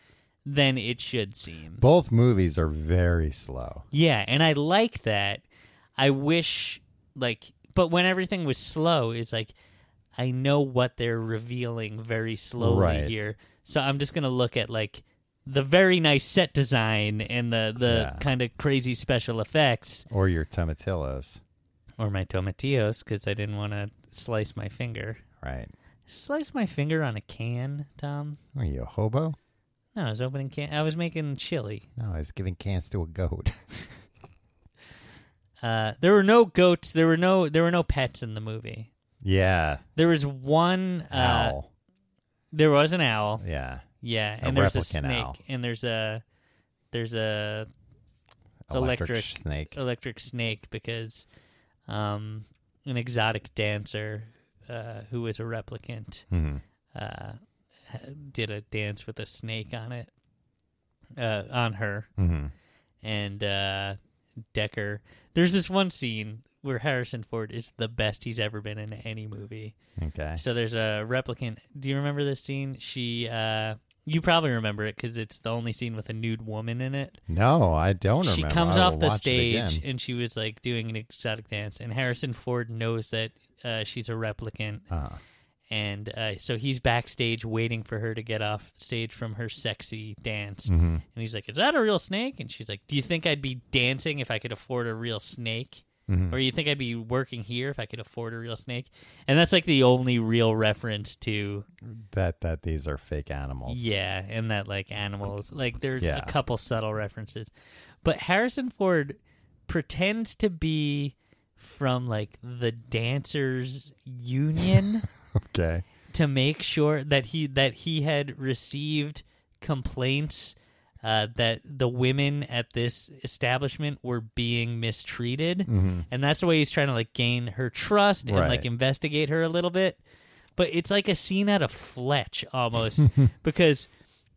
S1: than it should seem.
S2: Both movies are very slow.
S1: yeah. And I like that. I wish, like, but when everything was slow, is like, I know what they're revealing very slowly
S2: Right.
S1: here. So I'm just going to look at, like, the very nice set design and the, the
S2: Yeah.
S1: kind of crazy special effects.
S2: Or your tomatillos,
S1: or my tomatillos because I didn't want to slice my finger.
S2: right?
S1: Slice my finger on a can, Tom?
S2: Are you a hobo?
S1: No, I was opening can. I was making chili.
S2: No, I was giving cans to a goat.
S1: Uh, there were no goats. There were no. There were no pets in the movie.
S2: yeah,
S1: There was one. Uh,
S2: owl.
S1: There was an owl.
S2: Yeah,
S1: Yeah,
S2: A
S1: and there's a
S2: replicant
S1: snake,
S2: owl.
S1: and there's a there's a
S2: electric,
S1: electric- Uh,
S2: snake.
S1: electric snake because um, an exotic dancer uh, who was a replicant
S2: Mhm.
S1: uh, did a dance with a snake on it, uh, on her,
S2: Mhm.
S1: and uh, Decker. There's this one scene where Harrison Ford is the best he's ever been in any movie.
S2: Okay.
S1: So there's a replicant. Do you remember this scene? She, uh, you probably remember it because it's the only scene with a nude woman in it.
S2: No, I don't
S1: She
S2: remember.
S1: comes
S2: I will
S1: off the
S2: watch it
S1: stage
S2: again.
S1: and she was like doing an exotic dance, and Harrison Ford knows that uh, she's a replicant
S2: Uh-huh.
S1: and uh, so he's backstage waiting for her to get off stage from her sexy dance
S2: Mhm.
S1: and he's like is that a real snake and she's like do you think i'd be dancing if i could afford a real snake
S2: Mhm.
S1: or you think i'd be working here if i could afford a real snake and that's like the only real reference to
S2: That that these are fake animals.
S1: yeah and that like animals like there's
S2: Yeah.
S1: a couple subtle references but harrison ford pretends to be from like the dancers union
S2: Okay.
S1: to make sure that he that he had received complaints uh, that the women at this establishment were being mistreated, and that's the way he's trying to like gain her trust and
S2: Right.
S1: like investigate her a little bit. But it's like a scene out of Fletch almost because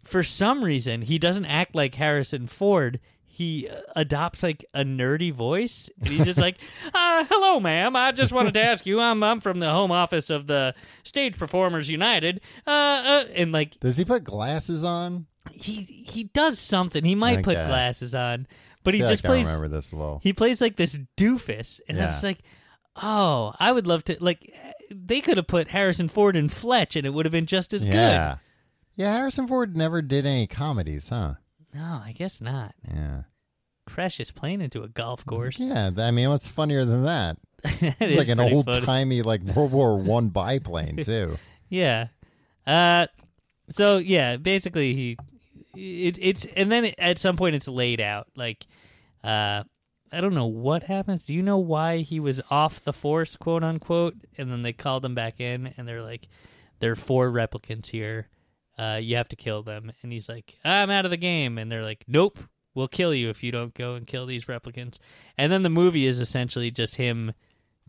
S1: for some reason he doesn't act like Harrison Ford. He uh, adopts like a nerdy voice, and he's just like, uh, "Hello, ma'am. I just wanted to ask you. I'm I'm from the home office of the Stage Performers United. Uh, uh and like
S2: Does he put glasses on?
S1: he he does something. He might put
S2: Okay.
S1: glasses on, but he
S2: I feel
S1: just
S2: like I
S1: plays
S2: remember this a little.
S1: he plays like this doofus, and it's
S2: Yeah.
S1: like, oh, I would love to like. They could have put Harrison Ford in Fletch, and it would have been just as
S2: yeah. Yeah, Harrison Ford never did any comedies, huh?
S1: good. No, I guess not.
S2: Yeah.
S1: Crash is playing into a golf course.
S2: Yeah, th- I mean, what's funnier than that? It's like an old timey, like World War One biplane too.
S1: Yeah. Uh, so yeah, basically he, it, it's and then at some point it's laid out like, uh, I don't know what happens. Do you know why he was off the force, quote unquote? And then they called him back in, and they're like, there are four replicants here. Uh, you have to kill them. And he's like, I'm out of the game. And they're like, Nope, we'll kill you if you don't go and kill these replicants. And then the movie is essentially just him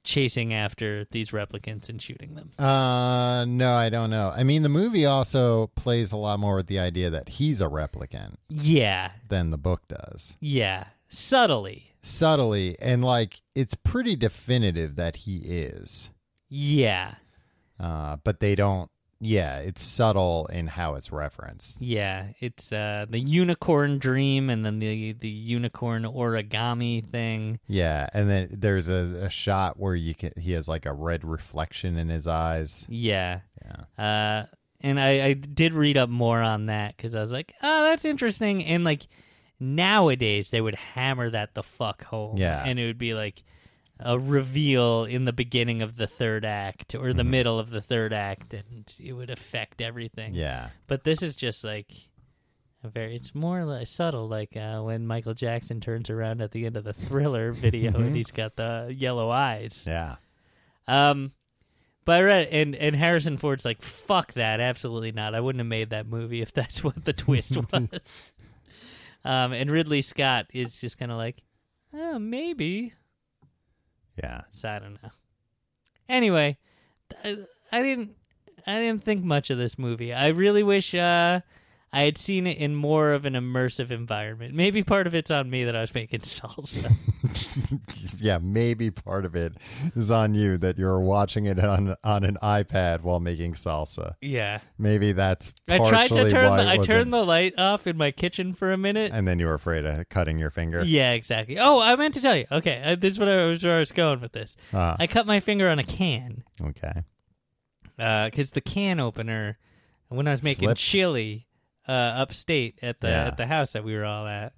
S1: chasing after these replicants and shooting them.
S2: Uh, no, I don't know. I mean, the movie also plays a lot more with the idea that he's a replicant
S1: Yeah,
S2: than the book does.
S1: Yeah, subtly.
S2: Subtly, and like it's pretty definitive that he is.
S1: Yeah,
S2: Uh, but they don't. Yeah, it's subtle in how it's referenced.
S1: yeah. It's uh, the unicorn dream, and then the the unicorn origami thing.
S2: Yeah, and then there's a, a shot where you can he has like a red reflection in his eyes.
S1: Yeah.
S2: Yeah.
S1: Uh, and I, I did read up more on that because I was like, oh, that's interesting. And like nowadays, they would hammer that the fuck home.
S2: Yeah.
S1: and it would be like a reveal in the beginning of the third act or
S2: Mm-hmm.
S1: the middle of the third act, and it would affect everything.
S2: Yeah.
S1: But this is just like a very. It's more like subtle, like uh, when Michael Jackson turns around at the end of the Thriller video and he's got the yellow eyes.
S2: Yeah.
S1: Um, but I read and and Harrison Ford's like, "Fuck that! Absolutely not! I wouldn't have made that movie if that's what the twist was." um, and Ridley Scott is just kind of like, "Oh, maybe."
S2: Yeah.
S1: So I don't know. Anyway, th- I, I didn't I didn't think much of this movie. I really wish uh I had seen it in more of an immersive environment. Maybe part of it's on me that I was making salsa.
S2: yeah, maybe part of it is on you that you're watching it on on an iPad while making salsa.
S1: yeah.
S2: Maybe that's
S1: I tried to
S2: partially
S1: turn
S2: why
S1: the,
S2: it
S1: I
S2: wasn't-
S1: turned the light off in my kitchen for a minute.
S2: and then you were afraid of cutting your finger.
S1: Yeah, exactly. Oh, I meant to tell you. Okay, uh, this is what I was where I was going with this.
S2: Ah.
S1: I cut my finger on a can
S2: Okay.
S1: because Uh, the can opener when I was making
S2: Slipped?
S1: chili uh, upstate at the
S2: Yeah. Mm-hmm.
S1: at the house that we were all at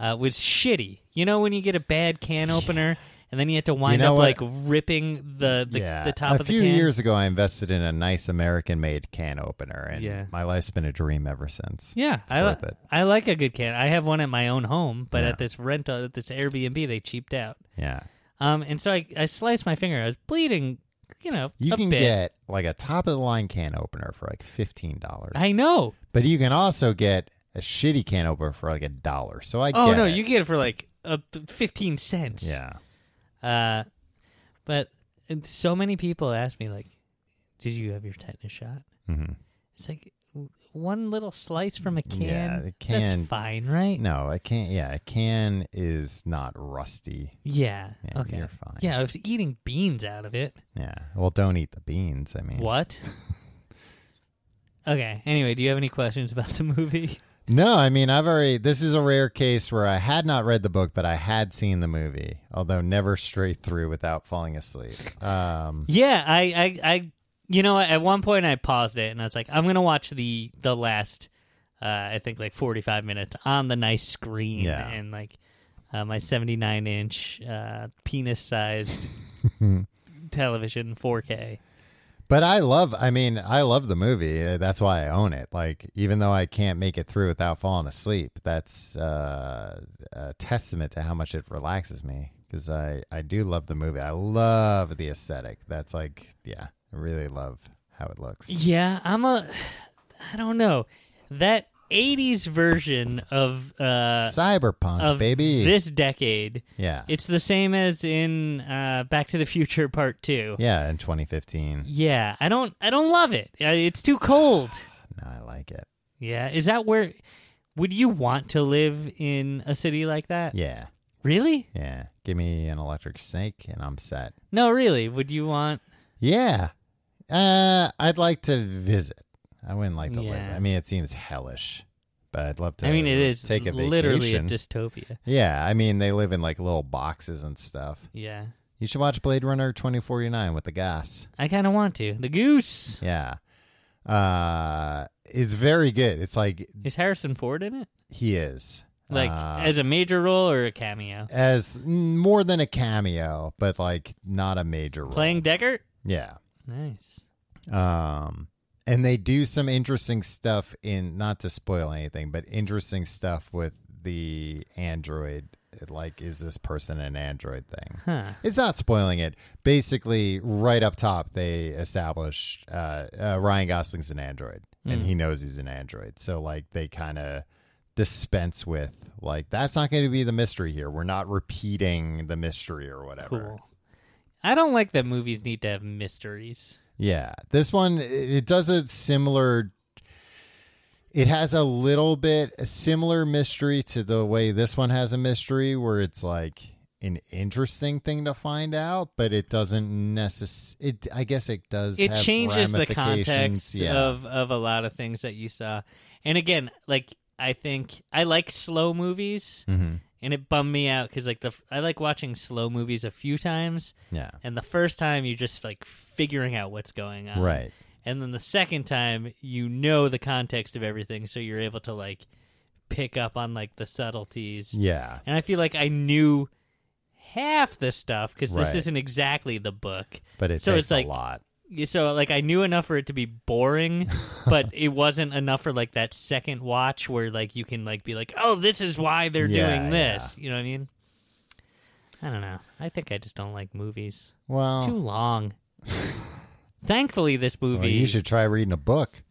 S1: uh, was shitty. You know when you get a bad can opener and then you have to wind
S2: know
S1: up
S2: what?
S1: like ripping the the,
S2: yeah.
S1: the top
S2: a
S1: of the
S2: few
S1: can.
S2: years ago, I invested in a nice American-made can opener, and
S1: Yeah.
S2: my life's been a dream ever since.
S1: yeah, I, li-
S2: worth it.
S1: I like a good can. I have one at my own home, but
S2: Yeah.
S1: at this rental, at this Airbnb, they cheaped out.
S2: Yeah.
S1: Um, and so I, I sliced my finger. I was bleeding, you know,
S2: You
S1: a
S2: can
S1: bit.
S2: get like a top of the line can opener for like fifteen dollars,
S1: I know.
S2: but you can also get a shitty can opener for like a dollar. So I
S1: Oh
S2: get
S1: no,
S2: it.
S1: you can get it for like uh, th- fifteen cents.
S2: yeah
S1: Uh, but and so many people ask me like, "Did you have your tetanus shot?"
S2: Mhm.
S1: It's like w- one little slice from a can.
S2: Mm, Yeah, the can-
S1: That's fine, right?
S2: no a can yeah a can is not rusty
S1: Yeah.
S2: Yeah,
S1: okay.
S2: you're fine.
S1: Yeah, I was eating beans out of it.
S2: yeah well don't eat the beans I mean
S1: What? okay. Anyway, do you have any questions about the movie?
S2: No, I mean, I've already. This is a rare case where I had not read the book, but I had seen the movie, although never straight through without falling asleep. Um,
S1: Yeah, I, I, I, you know, at one point I paused it and I was like, I'm gonna watch the the last, uh, I think like 45 minutes on the nice screen
S2: Yeah.
S1: and like uh, my 79 inch uh, penis sized television 4K.
S2: but I love. I mean, I love the movie. Uh, That's why I own it. Like, even though I can't make it through without falling asleep, that's uh, a testament to how much it relaxes me because I I do love the movie. I love the aesthetic. That's like, yeah, I really love how it looks.
S1: Yeah, I'm a, I don't know, that 80s version of uh
S2: Cyberpunk,
S1: of
S2: baby.
S1: this decade.
S2: yeah.
S1: It's the same as in uh, Back to the Future Part Two.
S2: yeah, in 2015.
S1: Yeah, I don't I don't love it. Uh, It's too cold.
S2: No, I like it.
S1: Yeah, is that where would you want to live in a city like that?
S2: Yeah.
S1: Really?
S2: Yeah. Give me an electric snake and I'm set.
S1: No, really. Would you want
S2: Yeah. Uh, I'd like to visit. I wouldn't like to live.
S1: Yeah.
S2: I mean, it seems hellish, but I'd love to.
S1: I mean it is
S2: take a
S1: literally
S2: vacation.
S1: a dystopia.
S2: yeah. I mean, they live in like little boxes and stuff.
S1: Yeah.
S2: You should watch Blade Runner 2049 with the gas.
S1: I kind of want to. The goose.
S2: Yeah. Uh, it's very good. It's like
S1: Is Harrison Ford in it?
S2: he is
S1: Like
S2: Uh,
S1: as a major role or a cameo?
S2: as more than a cameo, but like not a major role.
S1: Playing Deckard?
S2: Yeah.
S1: Nice.
S2: Um, and they do some interesting stuff in not to spoil anything, but interesting stuff with the android. Like, is this person an android thing?
S1: Huh.
S2: It's not spoiling it. Basically, right up top, they establish uh, uh, Ryan Gosling's an android, and he knows he's an android. So, like, they kind of dispense with like that's not going to be the mystery here. We're not repeating the mystery or whatever.
S1: Cool. I don't like that movies need to have mysteries.
S2: Yeah, this one it it does a similar. It has a little bit a similar mystery to the way this one has a mystery, where it's like an interesting thing to find out, but it doesn't necessarily. It, I guess it does.
S1: it
S2: have
S1: changes the
S2: ramifications.
S1: context
S2: Yeah.
S1: of of a lot of things that you saw and again like i think i like slow movies
S2: Mhm.
S1: and it bummed me out because like the f- i like watching slow movies a few times
S2: Yeah.
S1: and the first time you're just like figuring out what's going on
S2: Right.
S1: and then the second time you know the context of everything so you're able to like pick up on like the subtleties
S2: Yeah.
S1: and i feel like i knew half the stuff because this
S2: Right.
S1: isn't exactly the book
S2: But it
S1: So
S2: takes
S1: it's like-
S2: a lot.
S1: so like I knew enough for it to be boring, but it wasn't enough for like that second watch where like you can like be like, oh, this is why they're
S2: Yeah,
S1: doing this. You know what I mean? I don't know. I think I just don't like movies
S2: Well,
S1: too long. Thankfully, this movie
S2: Oh. well, you should try reading a book.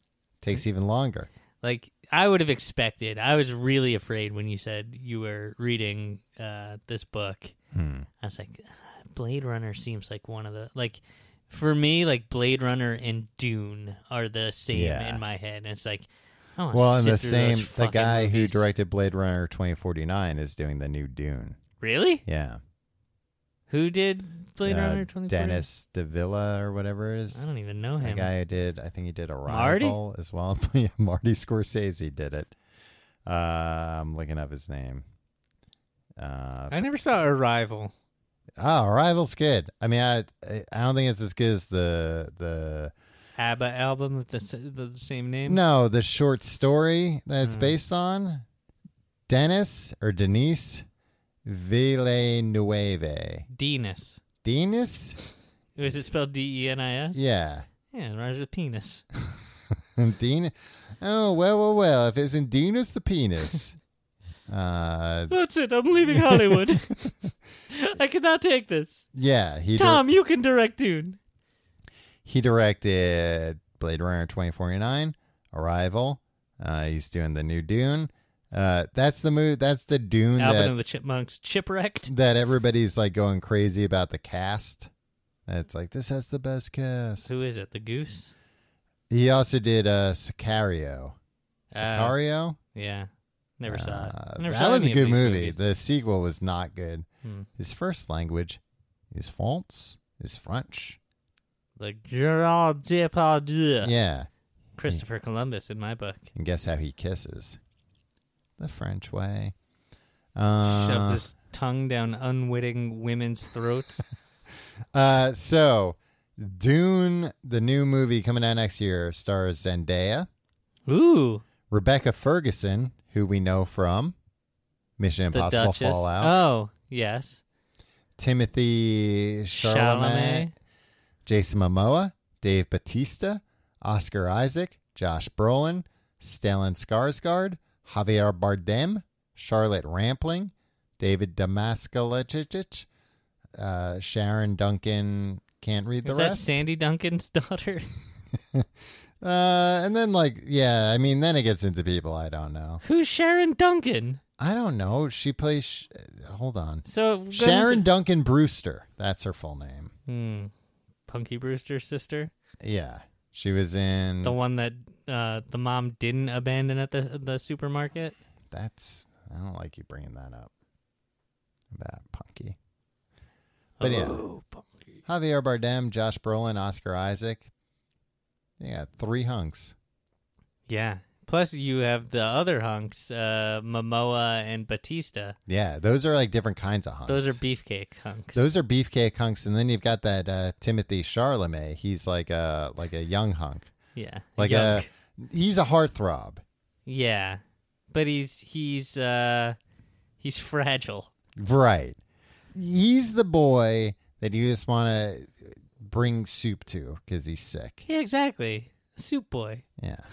S2: Takes even longer.
S1: like I would have expected. I was really afraid when you said you were reading uh, this book.
S2: Hmm.
S1: I was like, "Ah, Blade Runner seems like one of the like for me like Blade Runner and Dune are the same
S2: Yeah.
S1: in my head. And it's like
S3: I wanna
S2: Well, and
S3: sit
S2: the
S3: through those
S2: same the
S3: fucking
S2: guy
S3: movies.
S2: who directed Blade Runner 2049 is doing the new Dune.
S3: Really?
S2: Yeah.
S3: Who did Blade
S2: Uh,
S3: Runner 2049?
S2: Dennis DeVilla or whatever it is.
S3: I don't even know
S2: The
S3: him.
S2: guy who did, I think he did
S3: Marty?
S2: Arrival as well. yeah, Marty Scorsese did it. Uh, I'm looking up his name. Uh,
S1: I never saw Arrival.
S2: oh, Arrival's good. I mean, I I I don't think it's as good as the the
S1: ABBA album with the, s- the same name.
S2: no the short story that it's based on. Dennis or Denise Villeneuve.
S1: Denis.
S2: Dennis?
S1: Was it spelled D E N I S?
S2: Yeah.
S1: Yeah, it rhymes with penis.
S2: Dean. Oh well, well, well. If it's in Dennis the penis. uh,
S1: That's it. I'm leaving Hollywood. I cannot take this.
S2: yeah. He di-
S1: Tom, you can direct Dune.
S2: he directed Blade Runner 2049, Arrival. Uh, he's doing the new Dune. Uh, that's the movie. That's the Dune
S1: Alvin
S2: that,
S1: and the Chipmunks. Chipwrecked.
S2: that everybody's like going crazy about the cast. It's like this has the best cast.
S1: Who is it? The goose?
S2: He also did uh, Sicario.
S1: Uh,
S2: Sicario.
S1: Yeah. Never saw it.
S2: Uh,
S1: Never
S2: that
S1: saw
S2: was a
S1: any of
S2: good
S1: these
S2: movie.
S1: movies.
S2: The sequel was not good.
S1: Hmm.
S2: His first language is France, is French.
S1: The Gerard Depardieu.
S2: Yeah.
S1: Christopher Columbus in my book.
S2: And guess how he kisses? The French way. Uh,
S1: Shoves his tongue down unwitting women's throats.
S2: uh, so, Dune, the new movie coming out next year, stars Zendaya,
S1: Ooh.
S2: Rebecca Ferguson, who we know from Mission
S1: The
S2: Impossible
S1: Duchess.
S2: Fallout,
S1: Oh, yes.
S2: Timothy Chalamet,
S1: Chalamet.
S2: Jason Momoa, Dave Batista, Oscar Isaac, Josh Brolin, Stellan Skarsgård, Javier Bardem, Charlotte Rampling, David Damaskalichich, uh, Sharon Duncan. Can't read the
S1: Is that
S2: rest.
S1: Sandy Duncan's daughter?
S2: uh, and then like, yeah, I mean, then it gets into people I don't know.
S1: Who's Sharon Duncan?
S2: I don't know. She plays. Sh- hold on,
S1: So we're gonna
S2: Sharon
S1: do-
S2: Duncan Brewster. That's her full name.
S1: Hmm. Punky Brewster's sister,
S2: Yeah, she was in.
S1: the one that uh, the mom didn't abandon at the the supermarket.
S2: That's I don't like you bringing that up. That punky. But
S1: Oh, Punky.
S2: yeah, Javier Bardem, Josh Brolin, Oscar Isaac. Yeah, three hunks.
S1: Yeah. Plus, you have the other hunks, uh, Momoa and Batista.
S2: Yeah, those are like different kinds of hunks.
S1: Those are beefcake hunks.
S2: those are beefcake hunks, and then you've got that uh, Timothy Charlemagne. He's like a like a young hunk,
S1: yeah.
S2: like uh,
S1: Yuck.
S2: a he's a heartthrob,
S1: yeah, but he's he's uh he's fragile.
S2: right? He's the boy that you just want to bring soup to because he's sick.
S1: Yeah, exactly. Soup boy.
S2: Yeah.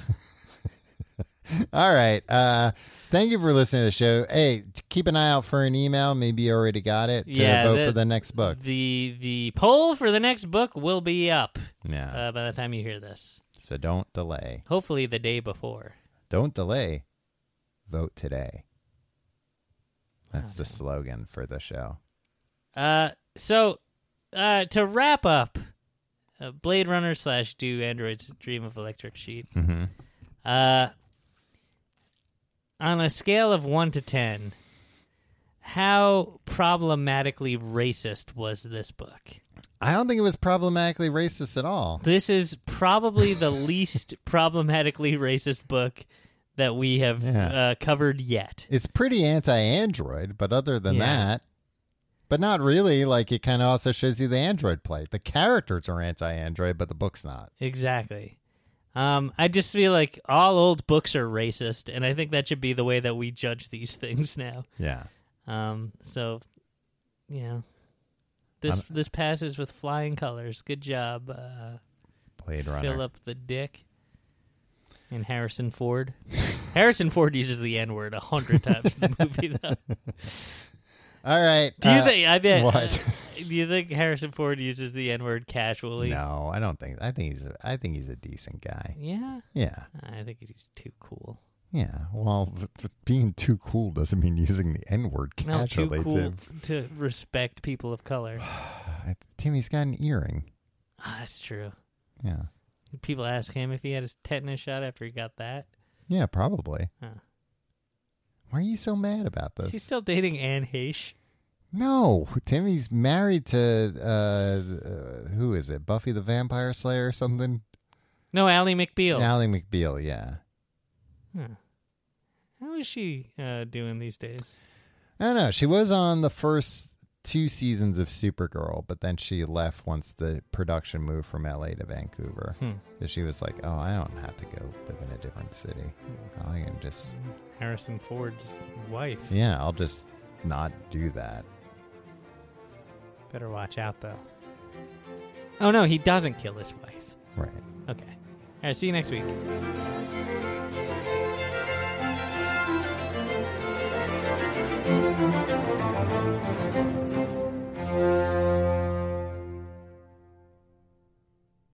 S2: All right. Uh, thank you for listening to the show. Hey, keep an eye out for an email. Maybe you already got it. To
S1: Yeah,
S2: vote
S1: the-
S2: for the next book.
S1: The the poll for the next book will be up
S2: Yeah.
S1: uh, by the time you hear this.
S2: so don't delay.
S1: Hopefully, the day before.
S2: Don't delay. Vote today. That's the slogan for the show.
S1: Uh, so uh, to wrap up, uh, Blade Runner slash Do Androids Dream of Electric Sheep?
S2: Mm-hmm.
S1: Uh, on a scale of one to ten, how problematically racist was this book?
S2: I don't think it was problematically racist at all.
S1: This is probably the least problematically racist book that we have
S2: Yeah.
S1: uh, covered yet.
S2: It's pretty anti-android, but other than
S1: Yeah.
S2: that, but not really. Like it kind of also shows you the android plate. The characters are anti-android, but the book's not.
S1: Exactly. Um, I just feel like all old books are racist, and I think that should be the way that we judge these things now.
S2: Yeah.
S1: Um, so, you know, this this passes with flying colors. Good job, uh,
S2: Blade Runner.
S1: Philip the Dick, and Harrison Ford. Harrison Ford uses the N word a hundred times in the movie. Though,
S2: All right.
S1: do you
S2: uh,
S1: think? I bet.
S2: what?
S1: uh, do you think Harrison Ford uses the N word casually?
S2: No, I don't think. I think he's. A, I think he's a decent guy.
S1: Yeah,
S2: Yeah.
S1: I think he's too cool.
S2: Yeah. Well, th- th- being too cool doesn't mean using the N word
S1: No, too
S2: casually.
S1: cool
S2: to-
S1: to respect people of color.
S2: I- Timmy's got an earring.
S1: Ah, that's true.
S2: Yeah.
S1: People ask him if he had his tetanus shot after he got that.
S2: Yeah, probably.
S1: Huh.
S2: Why are you so mad about this?
S1: Is he still dating Anne Heche?
S2: No, Timmy's married to uh, uh, who is it? Buffy the Vampire Slayer or something?
S1: No, Ally McBeal.
S2: Ally McBeal, yeah.
S1: Huh. How is she uh, doing these days?
S2: I don't know. She was on the first two seasons of Supergirl, but then she left once the production moved from LA to Vancouver.
S1: Hmm.
S2: 'Cause She was like, "Oh, I don't have to go live in a different city. I can just,
S1: Harrison Ford's wife.
S2: yeah, I'll just not do that."
S1: Better watch out, though. Oh no, he doesn't kill his wife.
S2: Right.
S1: Okay. All right, see you next week.